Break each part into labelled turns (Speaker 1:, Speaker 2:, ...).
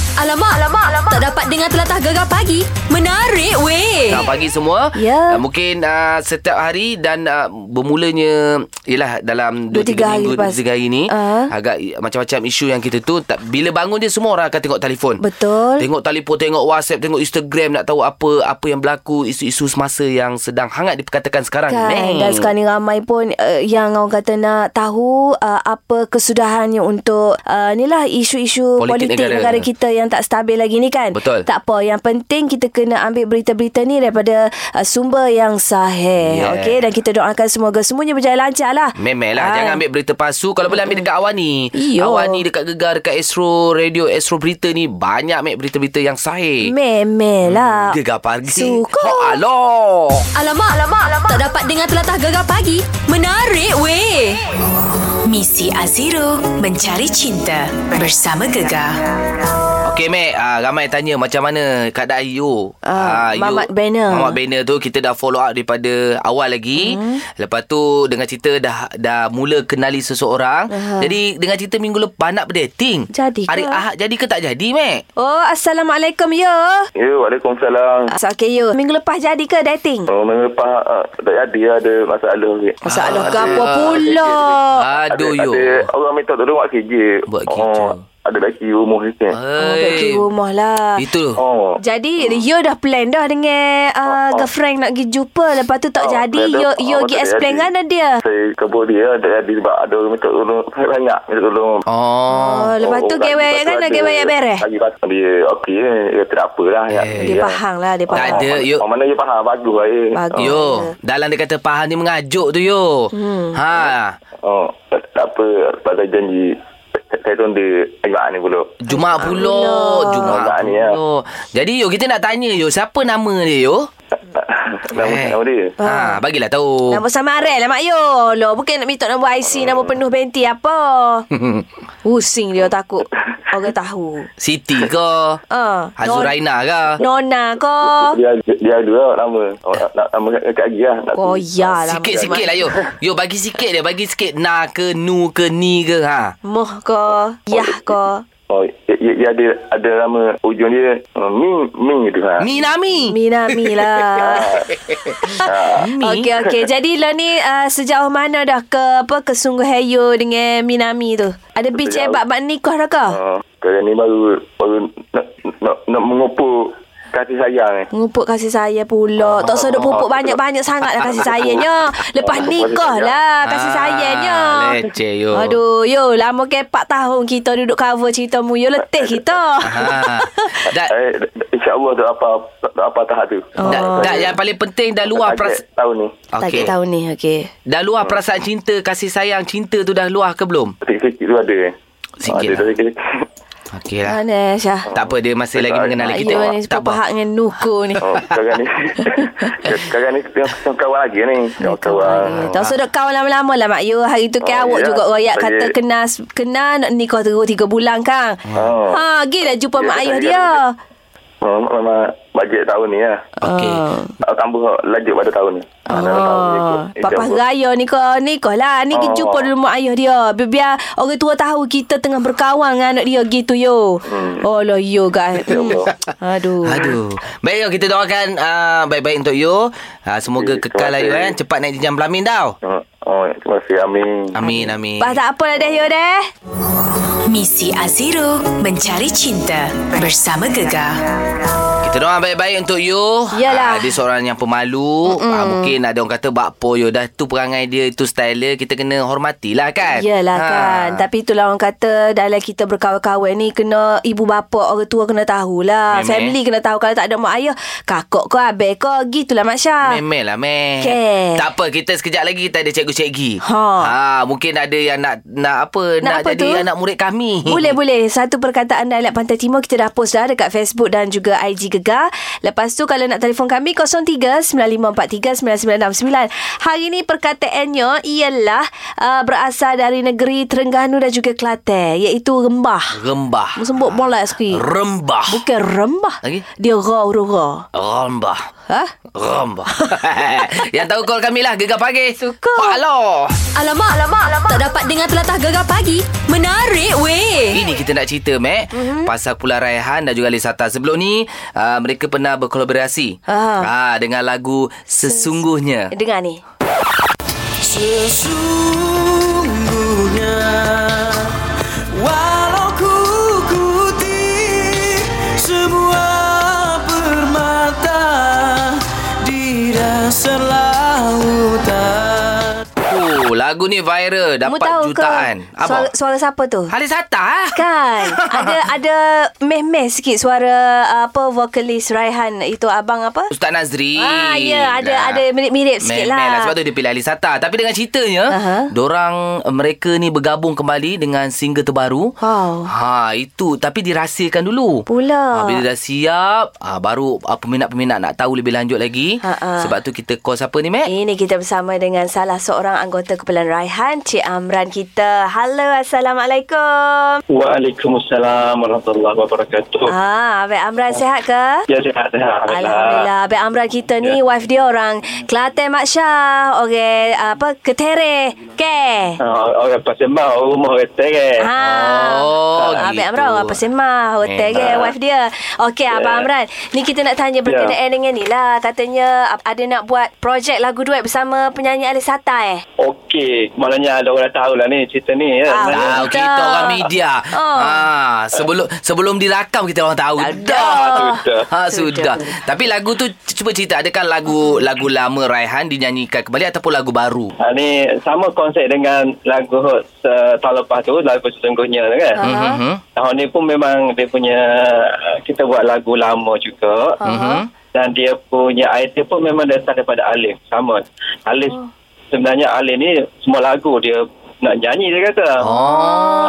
Speaker 1: Alamak, alamak, alamak. Tak dapat dengar telatah gegar pagi. Menarik, weh.
Speaker 2: Selamat pagi semua.
Speaker 1: Ya.
Speaker 2: Uh, mungkin uh, setiap hari dan uh, bermulanya ialah dalam 2
Speaker 1: Dua, tiga
Speaker 2: 3
Speaker 1: hari
Speaker 2: minggu
Speaker 1: lepas.
Speaker 2: 3 hari ni
Speaker 1: Ah.
Speaker 2: agak i- macam-macam isu yang kita tu tak, bila bangun dia semua orang akan tengok telefon.
Speaker 1: Betul.
Speaker 2: Tengok telefon, tengok WhatsApp, tengok Instagram nak tahu apa apa yang berlaku, isu-isu semasa yang sedang hangat diperkatakan sekarang.
Speaker 3: Kan?
Speaker 2: Neng.
Speaker 3: Dan sekarang ni ramai pun uh, yang orang kata nak tahu uh, apa kesudahannya untuk uh, ni lah isu-isu
Speaker 2: Politik
Speaker 3: politik, politik
Speaker 2: negara.
Speaker 3: negara. negara kita yang tak stabil lagi ni kan.
Speaker 2: Betul.
Speaker 3: Tak apa. Yang penting kita kena ambil berita-berita ni daripada uh, sumber yang sahih.
Speaker 2: Yeah.
Speaker 3: Yeah. Okey dan kita doakan semoga semuanya berjalan lancar lah.
Speaker 2: Memel
Speaker 1: Kan.
Speaker 2: lah Jangan ambil berita palsu Kalau boleh ambil dekat Awani
Speaker 3: Iyo.
Speaker 2: Awani dekat Gegar Dekat Astro Radio Astro Berita ni Banyak ambil berita-berita yang sahih
Speaker 3: Memel lah.
Speaker 2: Hmm, Gegar pagi
Speaker 3: Suka.
Speaker 2: Oh aloh
Speaker 1: Alamak, alamak, alamak. Tak dapat dengar telatah gegar pagi. Menarik, weh.
Speaker 4: Misi Aziro mencari cinta bersama Gegar.
Speaker 2: Okey Mac ah, Ramai tanya Macam mana keadaan you
Speaker 3: Ah,
Speaker 2: you-
Speaker 3: Mamat Banner.
Speaker 2: Mamat Banner tu Kita dah follow up Daripada awal lagi hmm. Lepas tu Dengan cerita Dah dah mula kenali seseorang uh-huh. Jadi Dengan cerita minggu lepas Nak berdating
Speaker 3: Jadi ke?
Speaker 2: Hari Ahad jadi ke tak jadi Mac
Speaker 3: Oh, Assalamualaikum ya.
Speaker 5: Ya, Waalaikumsalam.
Speaker 3: So, okay ya. Minggu lepas jadi ke dating?
Speaker 5: Oh, minggu lepas uh, tak jadi lah, ada masalah sikit.
Speaker 3: Masalah
Speaker 2: Ah,
Speaker 3: ke apa
Speaker 2: ada-
Speaker 3: pula?
Speaker 2: Aduh
Speaker 5: ada,
Speaker 2: you
Speaker 5: ada orang minta tolong buat kerja.
Speaker 2: Buat kerja.
Speaker 5: Oh, ada lelaki umur sikit.
Speaker 3: Oh, duduk
Speaker 2: Hei.
Speaker 3: di rumah lah.
Speaker 2: Itu
Speaker 5: Oh.
Speaker 3: Jadi you dah plan dah dengan uh, girlfriend nak pergi jumpa lepas tu tak
Speaker 5: Oh,
Speaker 3: jadi
Speaker 5: saya
Speaker 3: you
Speaker 5: dah-
Speaker 3: you
Speaker 5: oh,
Speaker 3: pergi
Speaker 5: tak
Speaker 3: explain
Speaker 5: jadi.
Speaker 3: kan dia.
Speaker 5: Saya kebur dia tak jadi sebab ada orang minta tolong saya banyak minta tolong.
Speaker 2: Oh.
Speaker 3: Oh, lepas tu gewek kan dah gewek beres.
Speaker 5: Lagi patut dia okey eh, dia tak ada apalah. Ya.
Speaker 2: Eh.
Speaker 3: Dia faham lah dia
Speaker 2: Tak
Speaker 3: faham.
Speaker 2: ada, you-
Speaker 5: Oh, mana dia faham bagus lah. Eh.
Speaker 3: Bagus.
Speaker 5: Oh.
Speaker 2: Yo, dalam dia kata Pahan ni mengajuk tu yo. Hmm. Ha.
Speaker 5: Oh, tak, tak apa sebab saya janji saya- saya tunda agak ni pula.
Speaker 2: Jumaat pula, Jumaat
Speaker 5: Agak ni, ya.
Speaker 2: pula. Jadi yo kita nak tanya yo, siapa nama dia yo?
Speaker 5: Nama,
Speaker 2: Eh.
Speaker 5: nama dia.
Speaker 3: Ah.
Speaker 2: Ha, bagilah tahu.
Speaker 3: Nombor sama Arel lah Mak Yo Loh bukan nak minta nombor IC Nombor penuh benti apa Pusing dia takut Orang tahu
Speaker 2: Siti ke?
Speaker 3: Ah,
Speaker 2: Azuraina ke? Ah,
Speaker 3: Nona kau
Speaker 5: Dia dia ada lah nama. Oh, nak- Nama kat kat lagi lah. Nak-
Speaker 3: Oh ya lah
Speaker 2: Sikit-sikit lah yo. Yo bagi sikit dia, bagi sikit na ke nu ke ni ke ha.
Speaker 3: Moh kau Yah kau
Speaker 5: Oh, dia, dia dia ada ada nama ujung dia uh, Ming Ming gitu ha.
Speaker 2: Minami.
Speaker 3: Minami lah Okey okey. Jadi lo ni uh, sejauh mana dah ke apa ke Sungguh Hayo dengan Minami tu? Ada bincang
Speaker 5: Sejauh-
Speaker 3: bab-bab nikah dah ke?
Speaker 5: Uh, kali ni baru baru nak nak, nak mengumpul kasih sayang eh. ni.
Speaker 3: Ngupuk kasih saya
Speaker 5: Ah,
Speaker 3: pula. Tak usah duk pupuk banyak-banyak sangat lah kasih sayangnya. Lepas
Speaker 5: Ah,
Speaker 3: nikah lah kasih sayangnya.
Speaker 2: Ah, leceh, yo.
Speaker 3: Aduh, yo lama ke 4 tahun kita duduk cover cerita mu. Yo letih kita.
Speaker 2: Ha.
Speaker 5: Ah,
Speaker 2: Dah
Speaker 5: Eh, InsyaAllah tak apa tak apa tahap tu.
Speaker 2: dah,
Speaker 3: Oh.
Speaker 2: dah Oh. yang paling penting dah luar
Speaker 5: Target
Speaker 2: perasaan.
Speaker 5: tahun ni.
Speaker 3: Target tahun ni okey.
Speaker 2: Dah luar perasaan cinta, kasih sayang, cinta tu dah luar ke belum?
Speaker 5: Sikit-sikit tu ada.
Speaker 2: Sikit
Speaker 5: Ada,
Speaker 2: lah.
Speaker 5: ada sikit.
Speaker 2: Okey lah.
Speaker 5: Ah.
Speaker 3: Mana Syah?
Speaker 2: Tak apa, dia masih lagi mengenali
Speaker 3: Ayo
Speaker 2: kita.
Speaker 3: ah. ni
Speaker 2: Tak
Speaker 3: sepuluh
Speaker 2: apa.
Speaker 3: pahak dengan Nuku ni.
Speaker 5: Oh, sekarang ni sekarang ni tengok- tengok kawan lagi ni. Tengok kawan.
Speaker 3: Tak usah duk kawan lama-lama lah Mak Yu Hari tu kan
Speaker 5: Oh,
Speaker 3: awak
Speaker 5: ya.
Speaker 3: juga royak
Speaker 5: Saya-
Speaker 3: kata kena kena nak nikah terus tiga bulan kan.
Speaker 5: Oh.
Speaker 3: Ha, gila jumpa
Speaker 5: Ya,
Speaker 3: mak ayah
Speaker 5: saya-
Speaker 3: dia.
Speaker 5: Oh, memang bajet tahun ni lah.
Speaker 2: Okey.
Speaker 5: Tak tambah lanjut pada tahun ni. Ah, dalam tahun ni ikut.
Speaker 3: Oh,
Speaker 5: Insya
Speaker 3: Papa
Speaker 5: Allah.
Speaker 3: Raya ni kau ni kau lah Ni oh.
Speaker 5: Oh.
Speaker 3: jumpa dulu mak ayah dia Biar, biar orang tua tahu kita tengah berkawan dengan anak dia gitu yo hmm. Oh lah yo guys hmm. Aduh
Speaker 2: Aduh. Baik yo, kita doakan ah, baik-baik untuk yo. Ah, semoga
Speaker 5: Terima
Speaker 2: kekal lah yo
Speaker 5: kasih.
Speaker 2: kan. Cepat naik jenjang pelamin tau.
Speaker 5: Oh, oh, terima kasih. Amin.
Speaker 2: Amin, amin.
Speaker 3: Bah tak apa lah deh yo deh
Speaker 4: Misi Aziro mencari cinta bersama Gegar.
Speaker 2: Kita doa baik-baik untuk you.
Speaker 3: Yalah.
Speaker 2: Ah, dia seorang yang pemalu. Ah, mungkin ada orang kata bakpo you. Dah tu perangai dia, itu style dia. Kita kena hormatilah kan.
Speaker 3: Yelah
Speaker 2: Ha.
Speaker 3: kan Tapi itulah orang kata Dalam kita berkawan-kawan ni Kena ibu bapa Orang tua kena tahulah
Speaker 2: Memang.
Speaker 3: Family kena tahu Kalau tak ada mak ayah Kakak kau Abang kau Gitulah Mak Syah
Speaker 2: Memel lah, Mel.
Speaker 3: Okey.
Speaker 2: Tak apa, kita sekejap lagi kita ada cikgu-cikgi.
Speaker 3: Ha.
Speaker 2: Mungkin ada yang nak nak apa, nak,
Speaker 3: Nak apa
Speaker 2: jadi
Speaker 3: tu?
Speaker 2: anak murid kami.
Speaker 3: Boleh boleh Satu perkataan dialek Pantai Timur Kita dah post dah Dekat Facebook dan juga IG Gegar Lepas tu kalau nak telefon kami 03-9543-9969. Hari ni perkataannya ialah uh, berasal dari negeri Terengganu dan juga Kelantan iaitu Rembah.
Speaker 2: Rembah.
Speaker 3: Sembuk bola sekali.
Speaker 2: Rembah.
Speaker 3: Bukan rembah.
Speaker 2: Lagi?
Speaker 3: Dia Ha? raw raw.
Speaker 2: Rembah.
Speaker 3: Hah?
Speaker 2: Rembah. Yang tahu call kami lah Gegar Pagi.
Speaker 3: Suka.
Speaker 2: Pak Loh.
Speaker 1: Alamak, alamak, alamak. Tak dapat dengar telatah gegar pagi. Menarik weh.
Speaker 2: Ini kita nak cerita, Mac. Mm-hmm.
Speaker 3: Mhm.
Speaker 2: Pasal Pula Raihan dan juga Lisata. Sebelum ni, uh, mereka pernah berkolaborasi
Speaker 3: Ah.
Speaker 2: uh, dengan lagu Sesungguhnya.
Speaker 3: Dengar ni.
Speaker 6: Sesungguhnya Walau ku kuti Semua permata Di dasar lautan
Speaker 2: Oh, lagu ni viral.
Speaker 3: Kamu
Speaker 2: Dapat
Speaker 3: tahu
Speaker 2: jutaan.
Speaker 3: ke suara, suara siapa tu?
Speaker 2: Halisata? eh?
Speaker 3: Kan Ada ada Meh-meh sikit Suara uh, Apa Vokalis Raihan Itu abang apa
Speaker 2: Ustaz Nazri
Speaker 3: Ah, ya, ada- ada mirip-mirip sikit
Speaker 2: Memel
Speaker 3: lah.
Speaker 2: Sebab tu dia pilih Alisata Tapi dengan ceritanya
Speaker 3: Aha.
Speaker 2: Dorang eh, Mereka ni bergabung kembali Dengan single terbaru
Speaker 3: Wow
Speaker 2: Ha itu Tapi dirahsiakan dulu
Speaker 3: Pula.
Speaker 2: ha, Bila dah siap ha, Baru ah, peminat-peminat nak tahu lebih lanjut lagi
Speaker 3: Ha, ha.
Speaker 2: Sebab tu kita call siapa ni Mac?
Speaker 3: Ini kita bersama dengan salah seorang anggota Kumpulan Raihan Cik Amran kita Halo Assalamualaikum
Speaker 5: Waalaikumsalam warahmatullahi wabarakatuh.
Speaker 3: Ah, Abang Amran sihat ke?
Speaker 5: Ya sihat-sihat.
Speaker 3: Alhamdulillah Abang Amran kita ni Wife dia orang Kelantan Mak Syah Orang apa Ketere Ke
Speaker 5: Ah, orang pasal mau rumah orang kan. terang.
Speaker 3: Ha.
Speaker 2: Oh,
Speaker 3: Ah, Abang
Speaker 2: gitu.
Speaker 3: Amran orang Persemah Hotel
Speaker 2: Memang.
Speaker 3: ke Wife dia Okey yeah. Abang Amran Ni kita nak tanya berkenaan yeah. dengan ni lah Katanya ap- Ada nak buat Projek lagu duet Bersama penyanyi Alif Sata eh
Speaker 5: Okey, maknanya ada orang tahu lah ni cerita ni ya.
Speaker 3: Ah,
Speaker 5: Sebenarnya.
Speaker 2: Tahu
Speaker 3: Kita.
Speaker 2: kita orang media.
Speaker 3: Oh.
Speaker 2: Ha, sebelum sebelum dirakam kita orang tahu.
Speaker 3: Dah.
Speaker 5: Sudah.
Speaker 2: Ha sudah.
Speaker 3: Ah, Sudah.
Speaker 2: Tapi lagu tu c- cuba cerita adakah lagu lagu lama Raihan dinyanyikan kembali ataupun lagu baru?
Speaker 5: Ha, ni sama konsep dengan lagu uh, tahun lepas tu, lagu sesungguhnya tu kan.
Speaker 3: Ah.
Speaker 5: Uh-huh.
Speaker 2: Mhm.
Speaker 5: Tahun ni pun memang dia punya, uh, kita buat lagu lama juga. Uh-huh. Dan dia punya idea pun memang datang daripada Alif. Sama. Alif, oh. sebenarnya Alif ni semua lagu dia nak nyanyi dia kata.
Speaker 2: Oh.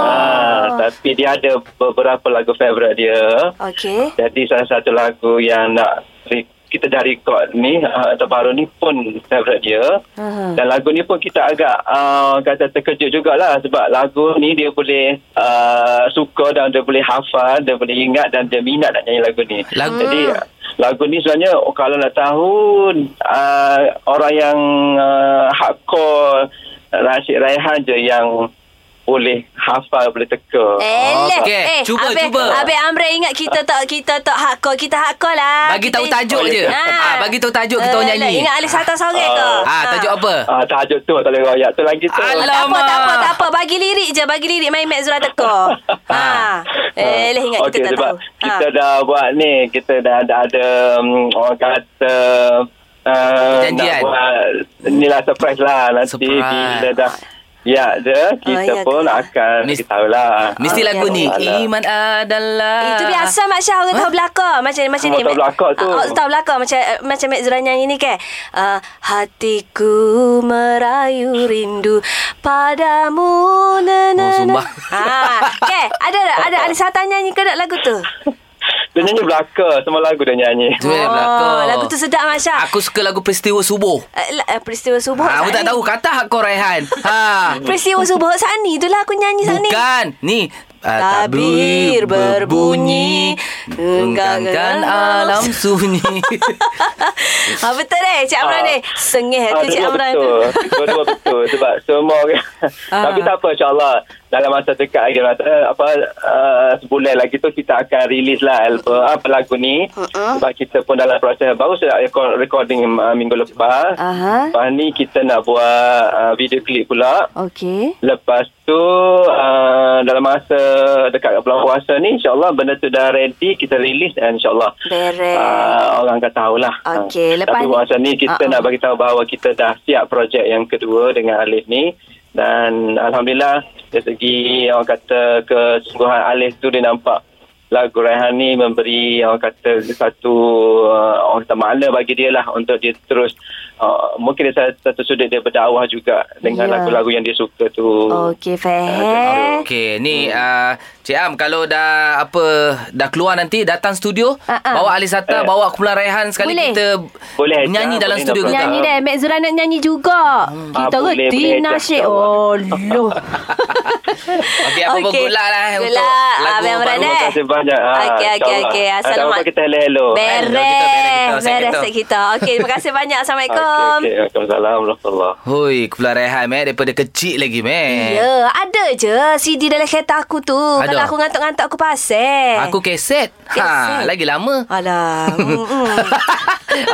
Speaker 5: Ah, tapi dia ada beberapa lagu favourite dia.
Speaker 3: Okey
Speaker 5: Jadi salah satu lagu yang nak re- kita dah record ni uh, terbaru ni pun favourite dia.
Speaker 3: Aha.
Speaker 5: Dan lagu ni pun kita agak uh, kata terkejut jugalah sebab lagu ni dia boleh uh, suka dan dia boleh hafal, dia boleh ingat dan dia minat nak nyanyi lagu ni.
Speaker 2: Lagu-
Speaker 5: Jadi lagu ni sebenarnya oh, kalau nak tahu uh, orang yang uh, hardcore Rashid Raihan je yang boleh hafal, boleh teka.
Speaker 3: Eh, Elek.
Speaker 2: Okey, cuba,
Speaker 3: Abang,
Speaker 2: cuba.
Speaker 3: Abang Amran ingat kita tak kita tak hardcore, kita hardcore lah.
Speaker 2: Bagi
Speaker 3: kita,
Speaker 2: tahu tajuk
Speaker 5: Oh,
Speaker 2: je.
Speaker 5: ya.
Speaker 2: Ah, bagi tahu tajuk kita orang
Speaker 3: Elek.
Speaker 2: nyanyi.
Speaker 3: Ingat Alif Sata sorang ke? Ha.
Speaker 2: Ah, tajuk apa?
Speaker 5: Ah, tajuk tu tak boleh royak tu lagi tu.
Speaker 3: Tak
Speaker 2: Alah.
Speaker 3: apa, tak apa,
Speaker 2: Alamak.
Speaker 3: tak apa. Bagi lirik je, bagi lirik main Mek Zura teko. ha. Eh, leh ingat
Speaker 5: Ah. Okey,
Speaker 3: kita tak
Speaker 5: sebab
Speaker 3: tahu. Ha. Ah.
Speaker 5: Kita dah buat ni, kita dah ada, ada um, orang kata uh,
Speaker 2: Perjanjian.
Speaker 5: nak buat ni lah surprise lah nanti
Speaker 2: Surprise.
Speaker 5: bila dah Ya je Kita
Speaker 3: ya
Speaker 5: pun
Speaker 3: ke?
Speaker 5: akan lah. Ah,
Speaker 2: Mis-
Speaker 5: Kita tahulah
Speaker 3: Ah,
Speaker 2: Mesti
Speaker 3: Okey,
Speaker 2: lagu ni.
Speaker 5: Alah.
Speaker 2: Iman adalah
Speaker 3: Itu biasa Mak Syah orang tahu belakang macam macam
Speaker 5: Oh,
Speaker 3: ni.
Speaker 5: tahu
Speaker 3: Mak-
Speaker 5: belakang tu.
Speaker 3: Ah, ah, tahu belakang macam eh, macam Mek Zura nyanyi ni kan. Ah, hatiku merayu rindu padamu na na
Speaker 2: Oh,
Speaker 3: na.
Speaker 2: Zumba.
Speaker 3: Ah, okay. ada tak? ada ada Sata nyanyi ke tak lagu tu?
Speaker 5: Dia nyanyi belaka Semua lagu dia nyanyi
Speaker 2: Tu yang belakang.
Speaker 3: Oh, lagu tu sedap Mak Syah.
Speaker 2: Aku suka lagu Peristiwa Subuh.
Speaker 3: Eh, la- eh, peristiwa subuh.
Speaker 2: Ha, aku
Speaker 3: saat
Speaker 2: tak
Speaker 3: ni.
Speaker 2: tahu kata hak kau Raihan. Ha.
Speaker 3: Peristiwa subuh saat ni itulah aku nyanyi saat ni.
Speaker 2: Bukan. Ni. Uh,
Speaker 3: Tabir berbunyi,
Speaker 2: Enggankan alam sunyi
Speaker 3: ha, betul eh Cik Amran
Speaker 5: Ah.
Speaker 3: ni. Sengih
Speaker 5: Ah,
Speaker 3: tu Cik
Speaker 5: dua-dua
Speaker 3: Amran tu. Ah.
Speaker 5: betul. Dua-dua betul sebab semua orang. Tapi tak apa insyaAllah. Dalam masa dekat lagi masa, eh, apa uh, sebulan lagi tu kita akan release lah album apa lagu ni. Sebab kita pun dalam proses baru saya record, recording uh, minggu lepas.
Speaker 3: Aha.
Speaker 5: Lepas ni kita nak buat uh, video klip pula.
Speaker 3: Okey.
Speaker 5: Lepas tu uh, dalam masa dekat bulan puasa ni insyaAllah benda tu dah ready kita release and insyaAllah
Speaker 3: Beres.
Speaker 5: uh, orang akan tahulah.
Speaker 3: Okey,
Speaker 5: Ah.
Speaker 3: lepas
Speaker 5: Tapi
Speaker 3: ni-
Speaker 5: masa ni kita
Speaker 3: Ah, ah.
Speaker 5: nak bagi tahu bahawa kita dah siap projek yang kedua dengan Alif ni dan alhamdulillah dari segi orang kata kesungguhan Alif tu dia nampak lagu Raihan ni memberi orang kata satu uh, orang kata makna bagi dia lah untuk dia terus uh, mungkin dia satu- satu sudut dia berdakwah juga dengan
Speaker 3: Ya.
Speaker 5: Ah, lagu-lagu yang dia suka tu.
Speaker 3: Okey, faham.
Speaker 2: Okey, ni uh, Cik Am kalau dah apa dah keluar nanti datang studio
Speaker 3: Ah, ah.
Speaker 2: bawa Alisata
Speaker 5: Eh.
Speaker 2: bawa Kumpulan Raihan sekali
Speaker 3: Boleh.
Speaker 2: kita
Speaker 5: Boleh,
Speaker 2: nyanyi
Speaker 5: Cik Am.
Speaker 2: dalam
Speaker 5: Boleh,
Speaker 2: studio
Speaker 5: tak
Speaker 2: kita.
Speaker 3: Nyanyi deh Mek Zura nak nyanyi juga Kita
Speaker 5: Ah,
Speaker 3: ke
Speaker 5: boleh, boleh,
Speaker 3: Tina
Speaker 5: Ejah.
Speaker 3: Syed
Speaker 5: InsyaAllah.
Speaker 3: Oh loh
Speaker 2: Okey, apa pun good luck lah, eh, untuk
Speaker 3: Abang
Speaker 2: lagu baru.
Speaker 3: Beranak
Speaker 5: Terima kasih banyak. Ah,
Speaker 3: Okey okey
Speaker 5: insyaAllah.
Speaker 3: okey
Speaker 5: Ah,
Speaker 3: Assalamualaikum
Speaker 5: tak apa, kita hello-hello.
Speaker 3: Beres
Speaker 2: Hello, kita beres, kita set
Speaker 3: Beres
Speaker 2: kita.
Speaker 3: set kita Okey terima kasih banyak Assalamualaikum
Speaker 5: Okey, okey. Waalaikumsalam warahmatullahi
Speaker 2: Hoi, Kumpulan Raihan meh daripada kecil lagi meh.
Speaker 3: Ya, ada je CD dalam kereta aku tu.
Speaker 2: Ada.
Speaker 3: Kalau aku ngantuk-ngantuk aku pasal.
Speaker 2: Aku keset.
Speaker 3: Keset.
Speaker 2: Ha, lagi lama.
Speaker 3: Alah. mm-mm.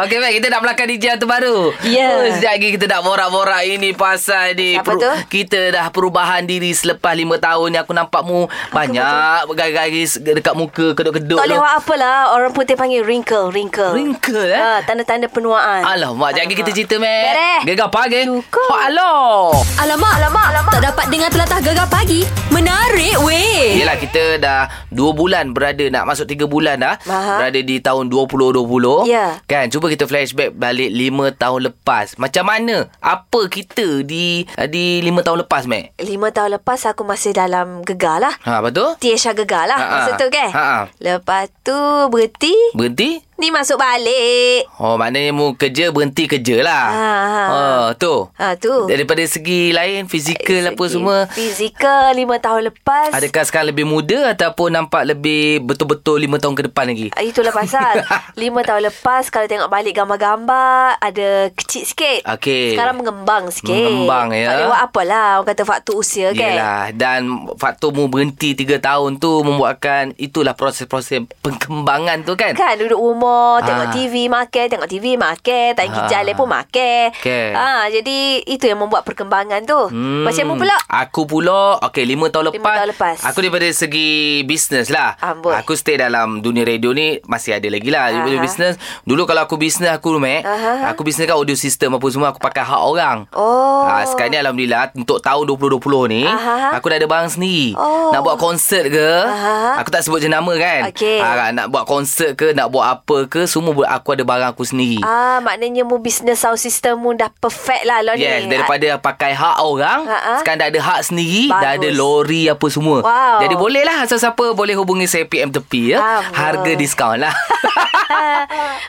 Speaker 2: Okey, baik. Kita nak melakar DJ yang terbaru.
Speaker 3: Ya.
Speaker 2: Oh, sekejap lagi kita nak borak-borak ini pasal ni.
Speaker 3: Apa tu?
Speaker 2: Kita dah perubahan diri selepas lima tahun ni. Aku nampak mu banyak garis-garis dekat muka, kedut-kedut.
Speaker 3: tak boleh
Speaker 2: tu.
Speaker 3: buat apa lah. Orang putih panggil wrinkle, wrinkle.
Speaker 2: Wrinkle, eh?
Speaker 3: Ha, tanda-tanda penuaan.
Speaker 2: Alamak, jangan kita cerita, meh.
Speaker 3: Beres.
Speaker 2: Gegar pagi.
Speaker 3: Cukup.
Speaker 2: Aloh.
Speaker 1: Alamak, alamak, alamak. Tak dapat dengar telatah gegar pagi. Menarik weh.
Speaker 3: Eh.
Speaker 2: Yelah kita dah 2 bulan berada Nak masuk 3 bulan dah
Speaker 3: Aha.
Speaker 2: Berada di tahun 2020
Speaker 3: Ya.
Speaker 2: Kan cuba kita flashback balik 5 tahun lepas Macam mana Apa kita di di 5 tahun lepas Mac
Speaker 3: Lima tahun lepas aku masih dalam gegar lah.
Speaker 2: Ha apa tu
Speaker 3: Tiesha gegar lah.
Speaker 2: Ha, ha.
Speaker 3: Masa tu kan?
Speaker 2: Ha, ha.
Speaker 3: Lepas tu berhenti.
Speaker 2: Berhenti
Speaker 3: Ni masuk balik.
Speaker 2: Oh maknanya mu kerja berhenti kerja lah
Speaker 3: Ha, ha.
Speaker 2: oh, Tu
Speaker 3: Ha, tu.
Speaker 2: Daripada segi lain Fizikal lah apa
Speaker 3: Segi
Speaker 2: semua
Speaker 3: Fizikal lima tahun lepas.
Speaker 2: Adakah sekarang lebih muda Ataupun nampak lebih Betul-betul 5 tahun ke depan lagi
Speaker 3: Ah, Itulah pasal Lima tahun lepas Kalau tengok balik gambar-gambar Ada kecil sikit
Speaker 2: Okey.
Speaker 3: Sekarang mengembang sikit
Speaker 2: Mengembang, ya.
Speaker 3: Tak boleh buat apalah Orang kata faktor usia kan
Speaker 2: Yelah Dan faktor mu berhenti 3 tahun tu Membuatkan Itulah proses-proses Pengkembangan tu kan
Speaker 3: Kan duduk rumah
Speaker 2: Ah.
Speaker 3: Tengok TV makan Tengok TV makan Tak pergi
Speaker 2: Ah.
Speaker 3: jalan pun makan
Speaker 2: Okey.
Speaker 3: ah, Jadi itu yang membuat perkembangan tu hmm. Macam mu pula
Speaker 2: Aku pula Okay 5 tahun
Speaker 3: Lima
Speaker 2: lepas
Speaker 3: tahun lepas.
Speaker 2: Aku daripada segi Bisnes lah
Speaker 3: Amboi.
Speaker 2: Aku stay dalam Dunia radio ni Masih ada lagi lah Daripada
Speaker 3: Aha.
Speaker 2: bisnes Dulu kalau aku bisnes Aku rumek
Speaker 3: Aha.
Speaker 2: Aku bisnes kan audio system Apa semua Aku pakai hak orang
Speaker 3: Oh.
Speaker 2: ha, Sekarang ni Alhamdulillah Untuk tahun 2020 ni
Speaker 3: Aha.
Speaker 2: Aku dah ada barang sendiri
Speaker 3: Oh.
Speaker 2: Nak buat konsert ke
Speaker 3: Aha.
Speaker 2: Aku tak sebut je nama kan
Speaker 3: Okey.
Speaker 2: ha, Nak buat konsert ke Nak buat apa ke Semua buat aku ada barang aku sendiri
Speaker 3: Ah, maknanya mu business sound system mu dah perfect lah Loni.
Speaker 2: Yes, daripada pakai hak orang,
Speaker 3: Ha-ha.
Speaker 2: sekarang dah ada hak sendiri, dah
Speaker 3: Bagus.
Speaker 2: ada lori apa semua.
Speaker 3: Wow.
Speaker 2: Jadi boleh lah siapa-siapa boleh hubungi saya PM tepi ya.
Speaker 3: Ah,
Speaker 2: Harga
Speaker 3: wow.
Speaker 2: diskaun lah.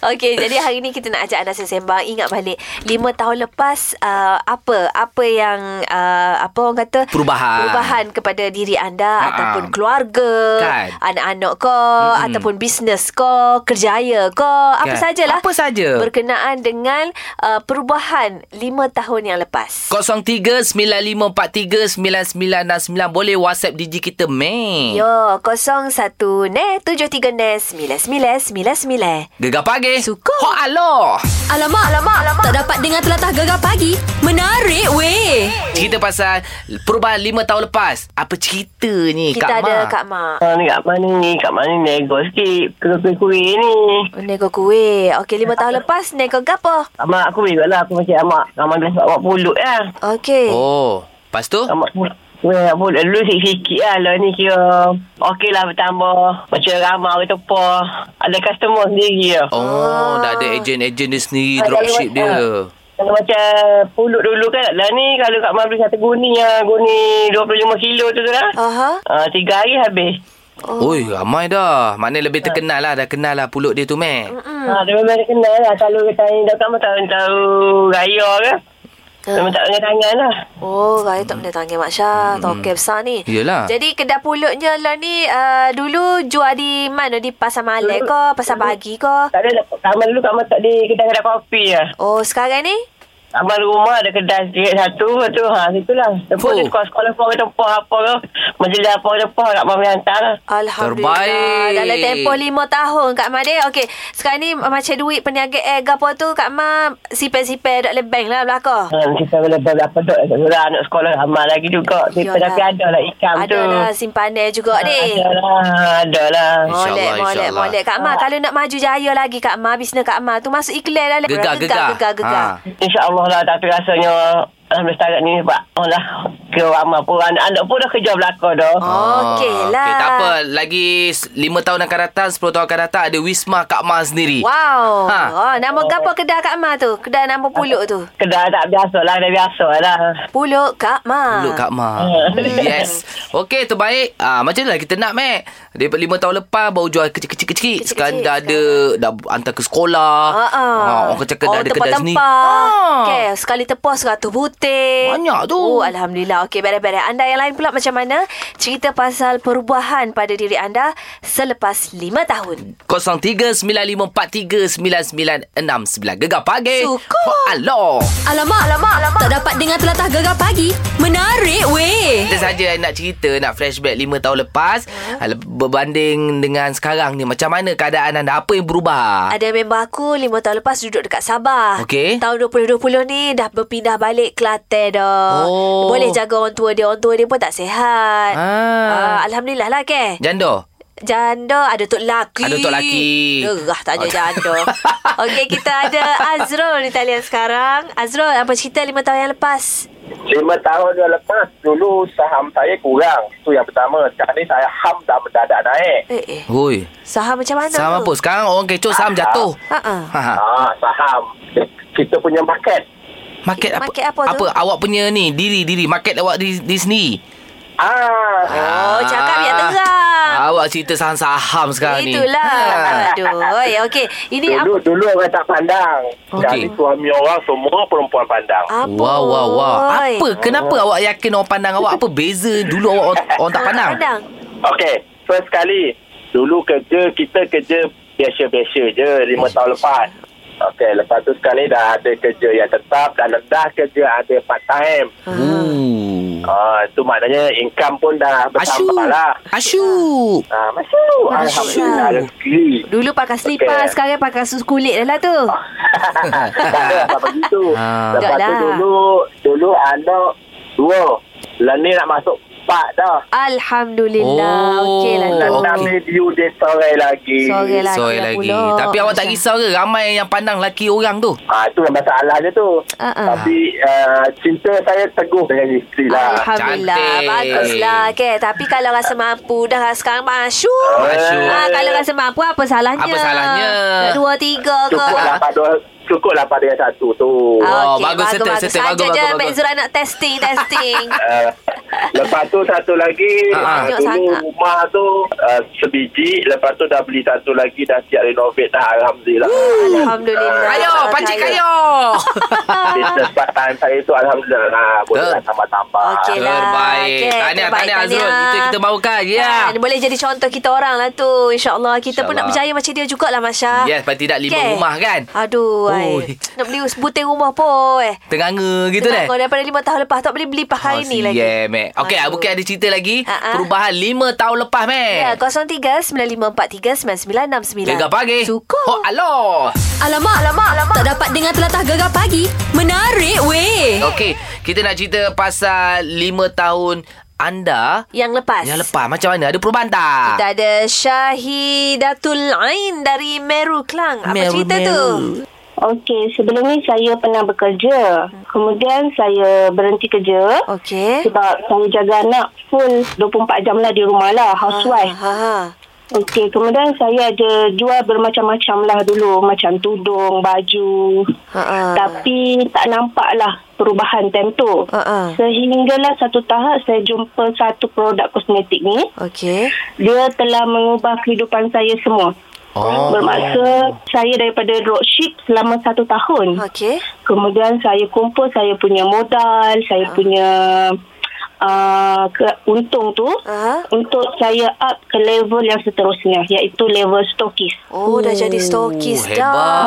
Speaker 3: Okey, Ah, jadi hari ni kita nak ajak anda sembang ingat balik lima tahun lepas uh, apa apa yang uh, apa orang kata
Speaker 2: Perubahan.
Speaker 3: perubahan kepada diri anda
Speaker 2: Ha-ha.
Speaker 3: ataupun keluarga,
Speaker 2: Kan.
Speaker 3: anak-anak kau ataupun bisnes kau, kerjaya kau, apa lah.
Speaker 2: Kan.
Speaker 3: sajalah.
Speaker 2: Apa
Speaker 3: Ya.
Speaker 2: saja.
Speaker 3: Berkenaan dengan uh, perubahan lima tahun yang lepas.
Speaker 2: 0395439969 boleh WhatsApp DJ kita meh.
Speaker 3: Yo, 01 ne 73 ne 9999.
Speaker 2: Gegar pagi.
Speaker 3: Suka.
Speaker 2: Hot aloh.
Speaker 1: Alamak, alamak, alamak. Tak dapat dengar telatah gegar pagi. Menarik weh.
Speaker 2: Cerita pasal perubahan 5 tahun lepas. Apa ceritanya
Speaker 3: Kita
Speaker 2: Kak
Speaker 3: ada
Speaker 2: Ma?
Speaker 3: Kak Mak.
Speaker 7: Ha, ni kat mana ni? Kat mana nego sikit? Kuih-kuih ni.
Speaker 3: Nego kuih. Okey, lima tahun lepas nego gapo?
Speaker 7: Amak aku beli lah. Aku macam amak. Amak dah sebab amak pulut lah.
Speaker 3: Okey. Oh.
Speaker 2: Oh, lepas tu?
Speaker 7: Amak pulut. Amak pulut dulu sikit-sikit lah. Lah ni kira. Okey lah bertambah. Macam ramai orang tepa. Ada customer sendiri lah.
Speaker 2: Oh, dah ada ejen-ejen dia sendiri,
Speaker 7: Ah,
Speaker 2: dropship
Speaker 7: dah ada
Speaker 3: ha.
Speaker 2: dia.
Speaker 7: Kalau macam pulut dulu kan. Lah ni kalau kat Mak beli satu guni lah. Guni 25 kilo tu tu lah.
Speaker 3: Aha.
Speaker 7: Ah, tiga hari habis.
Speaker 2: Oh. Oi, ramai dah. Mana lebih terkenal lah. Dah kenal lah pulut dia tu, meh.
Speaker 7: Hmm. Ha, dia memang kenal lah. Kalau kita ni dah kat mana tahun-tahun raya kan.
Speaker 3: Hmm.
Speaker 7: Memang tak dengan tangan lah.
Speaker 3: Oh, Raya tak boleh tanggil Mak Syah. Hmm. Tokek besar ni.
Speaker 2: Yelah.
Speaker 3: Jadi, kedai pulutnya lah ni uh, dulu jual di mana? Di Pasar Malay ke? Pasar Pagi ke?
Speaker 7: Tak ada Kamal dulu Kamal tak di kedai-kedai kopi ya.
Speaker 3: Oh, sekarang ni?
Speaker 7: Kamal rumah ada kedai sikit satu tu ha situlah. Lepas
Speaker 2: Oh.
Speaker 7: tu sekolah-sekolah apa ke tempah apa ke majlis apa ke tempah nak mami hantar lah.
Speaker 3: Alhamdulillah.
Speaker 2: Terbaik.
Speaker 3: Dalam tempoh lima tahun Kak Mak dia. Okey, sekarang ni uh, macam duit peniaga air gapo tu Kak Mak sipir-sipir dok lebeng lah belakang.
Speaker 7: Ha, kita boleh berapa dok Mula anak sekolah ramai lagi juga Kita
Speaker 3: Yalah.
Speaker 7: tapi ada lah ikam
Speaker 3: Ada
Speaker 7: tu Ah,
Speaker 3: lah simpanan juga ni.
Speaker 7: Ada lah Ada lah
Speaker 3: Oh.
Speaker 2: InsyaAllah,
Speaker 3: Molek, molek,
Speaker 2: insyaAllah.
Speaker 3: molek. Kak
Speaker 7: Ah.
Speaker 3: Ma, kalau nak maju jaya lagi Kak Ma, bisnes Kak Ma tu masuk iklan lah.
Speaker 2: Gegar, gegar.
Speaker 3: Gegar, gegar, gegar.
Speaker 2: Ha.
Speaker 7: InsyaAllah lah Tapi rasanya Alhamdulillah setakat ni sebab Oh lah ke ramai pun anak-anak pun dah kerja belakang dah.
Speaker 3: Okey lah.
Speaker 2: Okay, Ah, Oh, tak apa. Lagi 5 tahun akan datang, 10 tahun akan datang ada Wisma Kak Ma sendiri.
Speaker 3: Wow.
Speaker 2: Ha.
Speaker 3: Ha. Oh, nama apa kedai Kak Ma tu? Kedai nama Puluk tu.
Speaker 7: Kedai tak biasa lah, dah biasa lah.
Speaker 3: Puluk Kak Ma.
Speaker 2: Look Kak Ma. yes. Okey, terbaik. Ah, macam lah kita nak, Mac. Daripada 5 tahun lepas baru jual kecil-kecil. Sekarang dah ada, dah hantar ke sekolah.
Speaker 3: Ha ah.
Speaker 2: Ah, orang kata kedai ada kedai sendiri. Ah.
Speaker 3: Okey, sekali tepah 100 butir.
Speaker 2: Banyak tu.
Speaker 3: Oh, alhamdulillah. Okey, beres-beres. Anda yang lain pula macam mana? Cerita pasal perubahan pada diri anda selepas 5 tahun.
Speaker 2: 0395439969 Gegar pagi.
Speaker 3: Suka.
Speaker 2: Hello.
Speaker 8: Alamak, alamak, alamak. Tak dapat dengar telatah gegar pagi. Menarik weh.
Speaker 2: Kita saja nak cerita Nak flashback 5 tahun lepas
Speaker 3: Ya.
Speaker 2: hmm. Berbanding dengan sekarang ni Macam mana keadaan anda Apa yang berubah
Speaker 3: Ada member aku 5 tahun lepas duduk dekat Sabah.
Speaker 2: Okey.
Speaker 3: Tahun 2020 ni dah berpindah balik Kelantan dah.
Speaker 2: Oh.
Speaker 3: Boleh jaga orang tua dia. Orang tua dia pun tak sihat. Ah,
Speaker 2: Ah.
Speaker 3: Alhamdulillah lah ke.
Speaker 2: Jando
Speaker 3: Janda ada tok laki.
Speaker 2: Ada tok laki.
Speaker 3: Gerah tanya
Speaker 2: Oh.
Speaker 3: janda. Okey, kita ada Azrul di talian sekarang. Azrul, apa cerita 5 tahun yang lepas?
Speaker 5: Lima tahun yang lepas dulu saham saya kurang. Itu yang pertama. Sekarang ni saya ham dah mendadak naik.
Speaker 3: Eh, eh.
Speaker 2: Hui
Speaker 3: Saham macam mana?
Speaker 2: Saham apa
Speaker 3: tu?
Speaker 2: Sekarang orang kecoh saham jatuh
Speaker 3: Ha ah.
Speaker 2: Ha.
Speaker 5: Ah, saham. Kita punya market.
Speaker 2: Market apa?
Speaker 3: Market apa tu?
Speaker 2: Apa awak punya ni diri diri market awak di, di sini.
Speaker 5: Ah,
Speaker 3: Oh, cakap biar terang.
Speaker 2: Awak cerita saham-saham sekarang Ah, ni. Ha. Ah.
Speaker 3: Itulah. Aduh. eh, Okey, ini apa
Speaker 5: dulu dulu orang tak pandang.
Speaker 2: Okey.
Speaker 5: Sekarang ni suami orang semua perempuan pandang.
Speaker 3: Apa?
Speaker 2: Wow, wow, wow.
Speaker 3: Oi.
Speaker 2: Apa? Kenapa awak yakin orang pandang awak? Apa beza dulu awak orang, orang tak pandang?
Speaker 3: Pandang.
Speaker 5: Okey, first kali dulu kerja kita kerja biasa-biasa je lima tahun lepas. Okey, lepas tu sekarang ni dah ada kerja yang tetap dan dah kerja ada part time.
Speaker 2: Ooh.
Speaker 5: Ah, itu maknanya income pun dah
Speaker 2: Asyuk.
Speaker 5: bertambah lah.
Speaker 2: Asyuk.
Speaker 9: Ha,
Speaker 5: Ah, masuk. Alhamdulillah rezeki.
Speaker 3: Dulu pakai selipar,
Speaker 5: Okey.
Speaker 3: sekarang pakai sus kulit dah lah tu.
Speaker 5: tak ada apa begitu.
Speaker 2: Ah.
Speaker 5: Lepas tu
Speaker 3: Dah lah.
Speaker 5: dulu dulu anak dua. Lah ni nak masuk empat dah.
Speaker 3: Alhamdulillah.
Speaker 2: Oh.
Speaker 3: Okey lah tu.
Speaker 5: Oh.
Speaker 2: Okey.
Speaker 5: Nak video dia sore lagi.
Speaker 3: Sore lagi
Speaker 2: Sorry
Speaker 3: lah
Speaker 2: lagi.
Speaker 3: pula.
Speaker 2: Tapi awak tak
Speaker 3: Macam-
Speaker 2: risau ke ramai yang pandang laki orang tu?
Speaker 3: Eh.
Speaker 5: Ah, itu yang masalah dia tu.
Speaker 3: Uh-uh.
Speaker 5: Tapi uh, cinta saya teguh dengan isteri lah.
Speaker 3: Alhamdulillah
Speaker 2: Cantik.
Speaker 3: Baguslah okay. Tapi kalau rasa mampu Dah rasa sekarang masyuk
Speaker 2: Masyuk.
Speaker 3: ha, Kalau rasa mampu Apa salahnya
Speaker 2: Apa salahnya?
Speaker 3: Nak Dua tiga ke
Speaker 5: Cukup lah pada cukup lah pada yang satu tu.
Speaker 2: Ah. Oh,
Speaker 5: Uh.
Speaker 3: Okey,
Speaker 2: bagus, settle, settle.
Speaker 3: Saja
Speaker 2: Bagus,
Speaker 3: je
Speaker 2: bagus,
Speaker 3: Mek
Speaker 2: bagus.
Speaker 3: Zura nak testing Testing
Speaker 5: Ah, lepas tu satu lagi
Speaker 2: Ah,
Speaker 5: uh,
Speaker 3: ah.
Speaker 5: dulu
Speaker 3: Sangat.
Speaker 5: rumah tu uh, sebiji lepas tu dah beli satu lagi dah siap renovate dah alhamdulillah.
Speaker 3: Alhamdulillah
Speaker 2: Kayo, pancik kayo.
Speaker 5: Business part time saya tu Alhamdulillah lah, Boleh
Speaker 2: Betul.
Speaker 5: lah tambah-tambah
Speaker 3: Okey lah.
Speaker 2: Terbaik.
Speaker 3: Okey,
Speaker 2: Tahniah,
Speaker 3: terbaik,
Speaker 2: tahniah, Azrul. Itu yang kita mahukan. Ya.
Speaker 3: Kan, boleh jadi contoh kita orang lah tu. InsyaAllah. Kita pun nak
Speaker 2: InsyaAllah.
Speaker 3: berjaya macam dia jugalah, Masya.
Speaker 2: Yes, paling tidak lima
Speaker 3: Okey.
Speaker 2: rumah kan?
Speaker 3: Aduh,
Speaker 2: Oi.
Speaker 3: ai. Nak beli sebutir rumah pun. Eh.
Speaker 2: Ternganga gitu deh.
Speaker 3: Tengok daripada lima tahun lepas. Tak boleh beli pakai ni lagi.
Speaker 2: Yeah, Mac. Oh, Okey,
Speaker 3: Aduh.
Speaker 2: Mungkin ada cerita lagi.
Speaker 3: Ha-ha.
Speaker 2: Perubahan lima tahun lepas, Mac.
Speaker 3: Ya, 03-9543-9969.
Speaker 2: Eh. Gegar pagi.
Speaker 3: Suka.
Speaker 2: Oh, aloh.
Speaker 8: Alamak, alamak, alamak. Tak dapat dengar telatah gegar pagi. Menarik weh.
Speaker 3: Eh.
Speaker 2: Okey, kita nak cerita pasal lima tahun anda
Speaker 3: Yang lepas.
Speaker 2: yang lepas. Macam mana? Ada perubahan tak?
Speaker 3: Kita ada Syahidatul Ain dari Meru Klang. Apa
Speaker 2: Meru,
Speaker 3: cerita
Speaker 2: meru.
Speaker 3: tu?
Speaker 10: Okey, sebelum ni saya pernah bekerja. Kemudian saya berhenti kerja.
Speaker 3: Okey.
Speaker 10: Sebab saya jaga anak full 24 jam lah di rumah lah, housewife.
Speaker 3: Ha, ha.
Speaker 10: Okey, kemudian saya ada jual bermacam-macam lah dulu. Macam tudung, baju.
Speaker 3: Ha, ha.
Speaker 10: Tapi tak nampak lah perubahan time tu.
Speaker 3: Ha, ha.
Speaker 10: Sehinggalah satu tahap saya jumpa satu produk kosmetik ni.
Speaker 3: Okey.
Speaker 10: Dia telah mengubah kehidupan saya semua.
Speaker 2: Oh.
Speaker 10: Bermakna saya daripada dropship selama satu tahun.
Speaker 3: Okey.
Speaker 10: Kemudian saya kumpul saya punya modal,
Speaker 3: Ah.
Speaker 10: saya punya uh, ke, untung tu
Speaker 3: Ah.
Speaker 10: untuk saya up ke level yang seterusnya iaitu level stokis.
Speaker 3: Oh, dah jadi stokis
Speaker 2: hebat.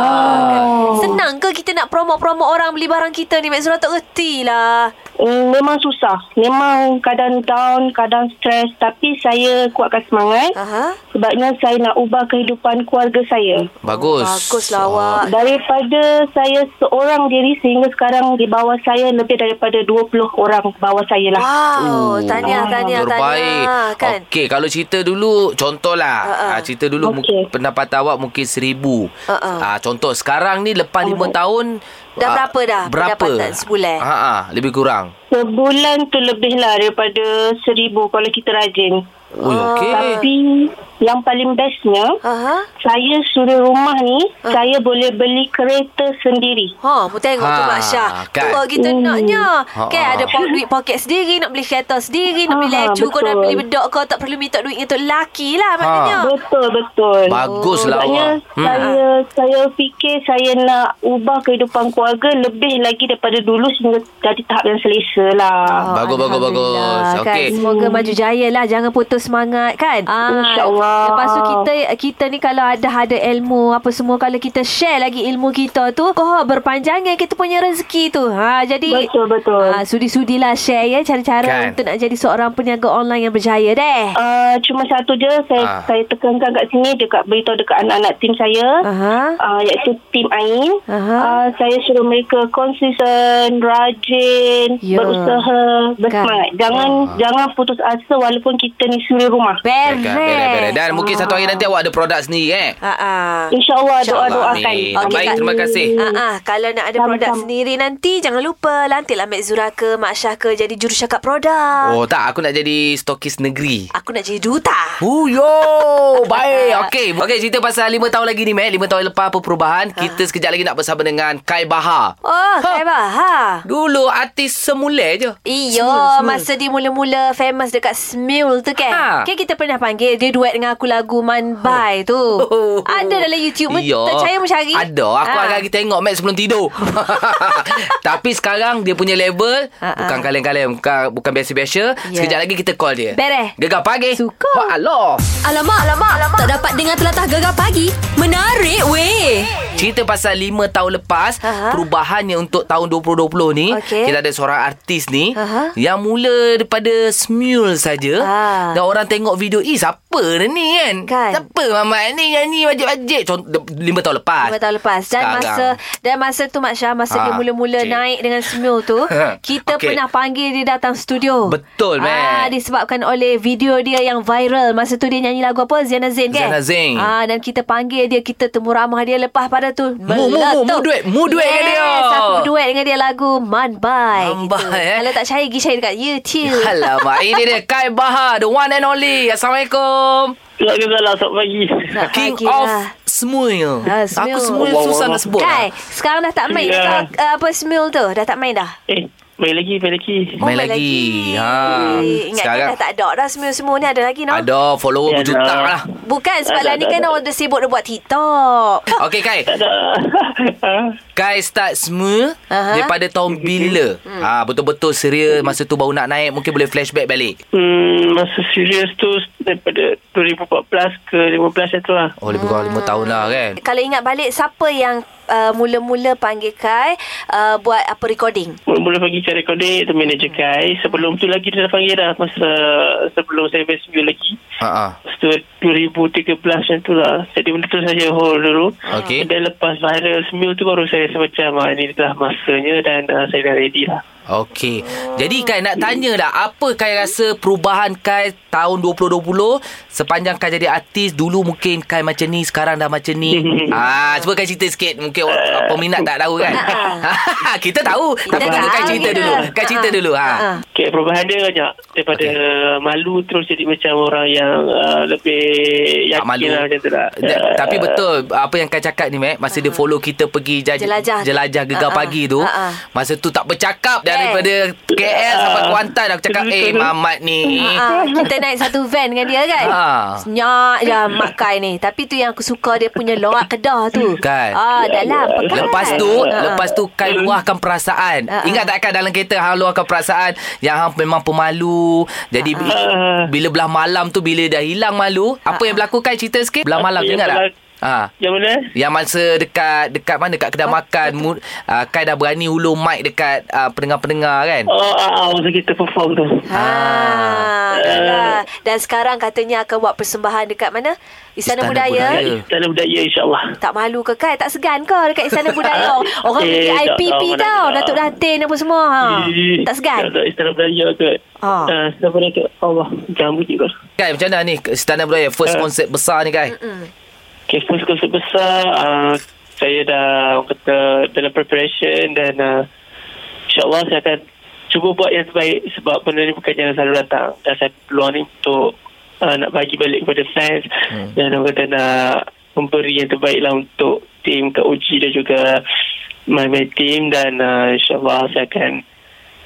Speaker 3: dah. Senang ke kita nak promo-promo orang beli barang kita ni? Mek Zura tak reti lah.
Speaker 10: Mm, memang
Speaker 3: Ha,
Speaker 10: susah. Memang kadang down, kadang stres tapi saya kuatkan semangat.
Speaker 3: Aha.
Speaker 10: Sebabnya saya nak ubah kehidupan keluarga saya.
Speaker 2: Bagus.
Speaker 3: Baguslah awak.
Speaker 10: Daripada saya seorang diri sehingga sekarang di bawah saya lebih daripada 20 orang bawah saya lah.
Speaker 3: Wow, Oh, tahniah, tahniah,
Speaker 2: Oh, Terbaik.
Speaker 3: tahniah. Kan?
Speaker 2: Okey, kalau cerita dulu contohlah. Uh-uh. Ha, cerita dulu okay.
Speaker 10: Okey.
Speaker 2: pendapatan awak mungkin seribu.
Speaker 3: Uh-uh.
Speaker 2: Ha, contoh sekarang ni lepas lima tahun
Speaker 3: Dah
Speaker 2: ah,
Speaker 3: berapa dah
Speaker 2: Berapa?
Speaker 3: pendapatan sebulan?
Speaker 2: Ha ah, lebih kurang.
Speaker 10: Sebulan tu lebih lah daripada seribu kalau kita rajin.
Speaker 2: Ui,
Speaker 3: Oh,
Speaker 2: okey.
Speaker 10: Tapi yang paling bestnya,
Speaker 3: Aha.
Speaker 10: saya suri rumah ni, saya boleh beli kereta sendiri.
Speaker 3: Ha, mu tengok tu
Speaker 2: Ha,
Speaker 3: Mak Syah.
Speaker 2: kan.
Speaker 3: Tu kalau
Speaker 10: Hmm.
Speaker 3: kita naknya.
Speaker 2: Ha,
Speaker 3: Kan
Speaker 2: ha.
Speaker 3: ada po- duit poket sendiri, nak beli kereta sendiri, nak beli
Speaker 10: Ha,
Speaker 3: lecu kau, nak
Speaker 10: betul.
Speaker 3: beli bedak kau, tak perlu minta duit untuk lelaki
Speaker 2: Ha.
Speaker 3: lah maknanya.
Speaker 10: Betul, betul.
Speaker 2: Baguslah
Speaker 10: Sebabnya
Speaker 2: awak. Hmm.
Speaker 10: saya saya fikir saya nak ubah kehidupan keluarga lebih lagi daripada dulu sehingga jadi tahap yang selesa lah.
Speaker 2: Bagus, bagus,
Speaker 3: Alhamdulillah,
Speaker 2: bagus.
Speaker 3: Kan?
Speaker 2: Okey.
Speaker 3: Semoga
Speaker 10: Hmm.
Speaker 3: maju jaya lah. Jangan putus semangat kan. Ah,
Speaker 10: InsyaAllah.
Speaker 3: Lepas tu kita kita ni kalau ada ada ilmu apa semua kalau kita share lagi ilmu kita tu, oh berpanjangnya kita punya rezeki tu. Ha jadi
Speaker 10: Betul, betul.
Speaker 3: Ah, sudi-sudilah share ya cara-cara
Speaker 2: Kan.
Speaker 3: untuk nak jadi seorang peniaga online yang berjaya deh.
Speaker 10: Uh, cuma satu je saya
Speaker 2: Ah.
Speaker 10: saya tekankan kat sini dekat beritahu dekat anak-anak tim saya
Speaker 3: Aha.
Speaker 10: uh, iaitu tim Ain
Speaker 3: Aha.
Speaker 10: uh, saya suruh mereka konsisten rajin
Speaker 3: Ya.
Speaker 10: berusaha bersemangat jangan
Speaker 2: Ah.
Speaker 10: jangan putus asa walaupun kita ni suri rumah
Speaker 3: Beres.
Speaker 2: Baiklah, baiklah, baiklah. kan, Dan mungkin satu hari nanti awak ada produk sendiri eh.
Speaker 3: Ah ah.
Speaker 10: InsyaAllah
Speaker 2: InsyaAllah,
Speaker 10: doa-doakan.
Speaker 2: amin.
Speaker 3: Okey,
Speaker 2: Baik,
Speaker 3: Kak.
Speaker 2: terima kasih.
Speaker 3: Ah ah kalau nak ada produk
Speaker 10: Sama-sama.
Speaker 3: sendiri nanti jangan lupa lantiklah Mek Zura ke Mak Syah ke jadi jurusyakap produk.
Speaker 2: Oh, tak aku nak jadi stokis negeri.
Speaker 3: Aku nak jadi duta.
Speaker 2: Oh yo Baik Okey Okey cerita pasal 5 tahun lagi ni Mac 5 tahun lepas apa
Speaker 3: Ah.
Speaker 2: perubahan Kita sekejap lagi nak bersama dengan Kai Bahar
Speaker 3: Oh, Kaiba. Ha.
Speaker 2: Dulu artis semula je
Speaker 3: Iyo, masa dia mula-mula famous dekat Smule tu
Speaker 2: Ha.
Speaker 3: kan. Kan kita pernah panggil dia duet dengan aku lagu Man Bai tu. Ada dalam YouTube. mu-
Speaker 2: Iya.
Speaker 3: Tak percaya mu cari?
Speaker 2: Ada Aku
Speaker 3: Ha.
Speaker 2: agak-agak tengok Mac sebelum tidur Tapi sekarang Dia punya level
Speaker 3: Ha, ha.
Speaker 2: Bukan kaleng-kaleng Bukan, bukan biasa-biasa
Speaker 3: Ya.
Speaker 2: Sekejap lagi kita call dia
Speaker 3: Beres.
Speaker 2: Gegar pagi
Speaker 3: Suka.
Speaker 2: Wah, aloh
Speaker 1: Alamak, alamak, alamak. Tak dapat dengar telatah gegar pagi. Menarik weh.
Speaker 2: Cerita pasal 5 tahun lepas
Speaker 3: Aha.
Speaker 2: Perubahannya untuk tahun 2020 ni
Speaker 3: Okey.
Speaker 2: Kita ada seorang artis ni
Speaker 3: Aha.
Speaker 2: Yang mula daripada Smule saja
Speaker 3: Ah.
Speaker 2: Dan orang tengok video Eh siapa dia ni kan,
Speaker 3: Kan.
Speaker 2: Siapa mamat ni nyanyi wajib-wajib Contoh 5 tahun lepas
Speaker 3: Lima tahun lepas Dan
Speaker 2: Sekarang.
Speaker 3: masa Dan masa tu Mak Syah Masa
Speaker 2: Ha,
Speaker 3: dia mula-mula
Speaker 2: cik.
Speaker 3: naik Dengan semua tu Kita
Speaker 2: Okey.
Speaker 3: okay. pernah panggil Dia datang studio Ah,
Speaker 2: Betul, Mat.
Speaker 3: Disebabkan oleh Video dia yang viral Masa tu dia nyanyi lagu apa Ziana Zain kan
Speaker 2: Ziana Zain.
Speaker 3: ah, Dan kita panggil dia Kita temu ramah dia Lepas pada tu
Speaker 2: mu,
Speaker 3: meletup.
Speaker 2: mu duet. Mu duet dengan dia.
Speaker 3: Yes Aku berduet dengan dia Lagu Man Bai
Speaker 2: Man Bai, eh. Ya, lah,
Speaker 3: Kalau tak cari Pergi cari dekat YouTube
Speaker 2: Alamak Ini dia Kai Bahar The one and only Assalamualaikum
Speaker 9: Waalaikumsalam, lah, selamat pagi.
Speaker 3: Nak
Speaker 2: King
Speaker 3: panggil
Speaker 2: of
Speaker 3: lah.
Speaker 2: Smule
Speaker 3: Ah,
Speaker 2: Aku
Speaker 3: Smule.
Speaker 2: Smule
Speaker 9: Allah,
Speaker 2: susah
Speaker 9: Allah.
Speaker 2: nak sebut
Speaker 3: Kai
Speaker 2: lah.
Speaker 3: Sekarang dah tak main
Speaker 9: Ya.
Speaker 3: yeah. Apa Smule tu Dah tak main dah
Speaker 9: Eh, main lagi, main lagi.
Speaker 2: Main lagi, ha.
Speaker 3: Eh, Ingat
Speaker 2: Sekarang-
Speaker 3: Sekarang, dah tak ada dah semua-semua ni ada lagi no?
Speaker 2: Ada follower
Speaker 9: Ya,
Speaker 2: berjuta
Speaker 9: dah.
Speaker 2: lah
Speaker 3: Bukan sebab
Speaker 9: Ada,
Speaker 3: lah ni
Speaker 9: ada,
Speaker 3: kan
Speaker 9: ada.
Speaker 3: orang dah sibuk dah buat TikTok.
Speaker 2: Okay Kai
Speaker 9: Tak ada. Ah,
Speaker 2: Kai start semua
Speaker 3: Aha. Hmm.
Speaker 2: daripada tahun bila? Ah betul-betul serius masa tu baru nak naik mungkin boleh flashback balik.
Speaker 9: hmm, masa serius tu daripada 2014 ke 15 itu lah.
Speaker 2: Oh lebih
Speaker 3: Ah.
Speaker 2: kurang lima tahun lah kan.
Speaker 3: Kalau ingat balik siapa yang uh, mula-mula panggil Kai uh, buat apa recording?
Speaker 9: Mula-mula pagi saya recording Itu manager Kai Sebelum tu lagi Dia dah panggil dah Masa Sebelum saya best view lagi
Speaker 2: Ha ah.
Speaker 9: Masa tu 2013 macam tu lah Jadi benda tu saya hold dulu
Speaker 2: Okey.
Speaker 9: Dan lepas viral Semua tu baru saya rasa macam ah, Ini dah masanya Dan ah, saya dah ready lah
Speaker 2: Okey. Jadi Kai nak tanya lah apa Kai rasa perubahan Kai tahun 2020 sepanjang Kai jadi artis dulu mungkin Kai macam ni sekarang dah macam ni. ah cuba Kai cerita sikit mungkin orang peminat tak tahu kan. Kita tahu.
Speaker 3: tahu,
Speaker 2: Tapi mula Kai cerita
Speaker 3: kita. Ah,
Speaker 2: dulu. Kai cerita dulu ha.
Speaker 9: Okay, perubahan dia banyak daripada okay. malu terus jadi macam orang yang uh, lebih
Speaker 2: tak
Speaker 9: yakin
Speaker 2: malu.
Speaker 9: lah macam tu lah.
Speaker 2: Da- Tapi betul apa yang kau cakap ni Mac masa dia follow kita pergi jaj-
Speaker 3: Hmm.
Speaker 2: jelajah
Speaker 3: Jelajah tu.
Speaker 2: jelajah gegar
Speaker 3: Ah, ah.
Speaker 2: pagi tu
Speaker 3: Ah, ah.
Speaker 2: masa tu tak bercakap
Speaker 3: Yes.
Speaker 2: daripada KL sampai
Speaker 9: Ah.
Speaker 2: Kuantan aku cakap eh Mamat ni
Speaker 3: Ah, kita naik satu van dengan dia kan
Speaker 2: Ha.
Speaker 3: Senyak je Mak Kai ni Tapi tu yang aku suka Dia punya lorak kedah tu
Speaker 2: Kan.
Speaker 3: ah, Dalam pekat
Speaker 2: Lepas tu
Speaker 3: Ah.
Speaker 2: Lepas tu Kai
Speaker 9: Hmm.
Speaker 2: luahkan perasaan
Speaker 3: Ah, ah.
Speaker 2: Ingat tak Kai dalam kereta Hang luahkan perasaan Yang Hang memang pemalu Jadi
Speaker 3: Ha,
Speaker 9: ah,
Speaker 2: bi- bila belah malam tu Bila dah hilang malu Apa yang berlaku Kai cerita sikit Belah malam tu
Speaker 9: yang
Speaker 2: ingat tak?
Speaker 9: berlaku,
Speaker 2: Ha.
Speaker 7: Macam mana?
Speaker 2: Yang masa dekat dekat mana dekat
Speaker 3: Ah,
Speaker 2: kedai makan mu, uh, Kai dah berani ulur mic dekat uh, pendengar-pendengar kan.
Speaker 7: Oh, ah, ah, masa kita perform tu.
Speaker 3: Ah, uh, dan sekarang katanya akan buat persembahan dekat mana? Istana,
Speaker 2: Istana
Speaker 3: Budaya.
Speaker 2: Budaya.
Speaker 3: Budaya.
Speaker 2: Ya.
Speaker 7: Dalam budaya insyaAllah.
Speaker 3: Tak malu ke Kai? Tak segan ke dekat Istana Budaya? Orang
Speaker 7: Eh,
Speaker 3: eh,
Speaker 7: tak
Speaker 3: IPP
Speaker 7: tahu,
Speaker 3: tau.
Speaker 7: tak tahu.
Speaker 3: Datuk Datin apa semua. Ha.
Speaker 7: Eh,
Speaker 3: Tak segan?
Speaker 7: Tak, tak, istana budaya ke.
Speaker 3: Ah.
Speaker 7: Ah. istana budaya ke. Allah, jangan bunyi kau.
Speaker 2: Kai macam mana ni Istana Budaya first
Speaker 7: Ah.
Speaker 2: konsert besar ni Kai?
Speaker 7: Okay, first konsert besar. Uh, saya dah orang kata dalam preparation dan uh, insyaAllah saya akan cuba buat yang terbaik sebab benda ni bukan yang selalu datang. Dan saya peluang ni untuk uh, nak bagi balik kepada fans hmm. dan orang kata nak memberi yang terbaik lah untuk tim Kak Uji dan juga my, my team dan uh, insyaAllah saya akan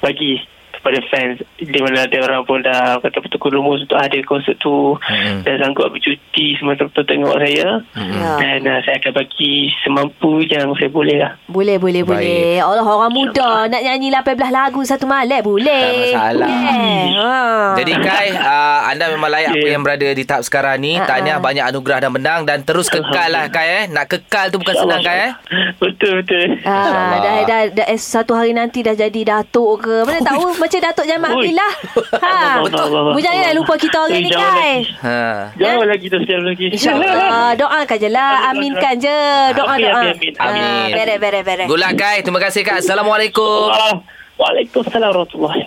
Speaker 7: bagi kepada fans di mana ada orang pun dah kata betul lumus untuk hadir konsert tu
Speaker 2: Mm-mm.
Speaker 7: dan sanggup bercuti semasa betul tengok saya
Speaker 3: Ya.
Speaker 7: dan uh, saya akan bagi semampu yang saya boleh lah
Speaker 3: Boleh, boleh,
Speaker 2: Baik.
Speaker 3: boleh. Allah orang muda nak nyanyi 18 lagu satu malam. Boleh.
Speaker 2: Tak masalah.
Speaker 3: Boleh. Ha.
Speaker 2: Jadi Kai uh, anda memang layak yeah. apa
Speaker 7: Yeah.
Speaker 2: yang berada di tahap sekarang ni.
Speaker 3: Ah,
Speaker 2: Uh-uh. Tahniah
Speaker 3: ah.
Speaker 2: banyak anugerah dan menang dan terus kekal lah Kai eh. Nak kekal tu bukan senang Kai eh. Ya.
Speaker 7: betul betul
Speaker 3: Ah, dah, dah, dah, eh, satu hari nanti dah jadi datuk ke Mana tahu macam datuk Jamal
Speaker 7: Oi.
Speaker 3: Afilah ha.
Speaker 7: Allah, Allah, Allah.
Speaker 3: Bu jangan lupa kita
Speaker 7: Eh,
Speaker 3: hari ni
Speaker 7: jangan
Speaker 3: Kai
Speaker 7: lagi.
Speaker 2: Ha.
Speaker 7: jauh lagi tu sekali lagi
Speaker 3: InsyaAllah Doakan je lah Aminkan je Doa
Speaker 7: Amin,
Speaker 3: doa
Speaker 7: amin, amin,
Speaker 2: amin.
Speaker 3: Ah, Beres beres beres
Speaker 2: Ha. Good luck Kai. Terima kasih Kak. Assalamualaikum.
Speaker 7: Ah, Waalaikumsalam warahmatullahi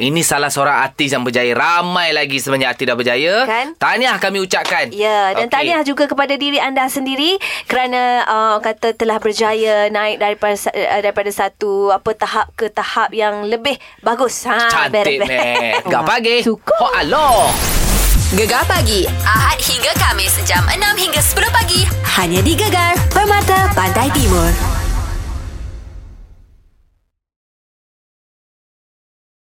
Speaker 2: Ha, ini salah seorang artis yang berjaya. Ramai lagi sebenarnya artis dah berjaya.
Speaker 3: Kan?
Speaker 2: Tahniah kami ucapkan.
Speaker 3: Ya, dan
Speaker 2: Okey.
Speaker 3: okay. tahniah juga kepada diri anda sendiri kerana uh, orang kata telah berjaya naik daripada sa- eh, daripada satu apa tahap ke tahap yang lebih bagus. Ha,
Speaker 2: Cantik ni. Gak pagi.
Speaker 3: Suka.
Speaker 2: Ho aloh.
Speaker 1: Gegar pagi Ahad hingga Kamis jam 6 hingga 10 pagi
Speaker 4: Hanya di Gegar Permata Pantai Timur.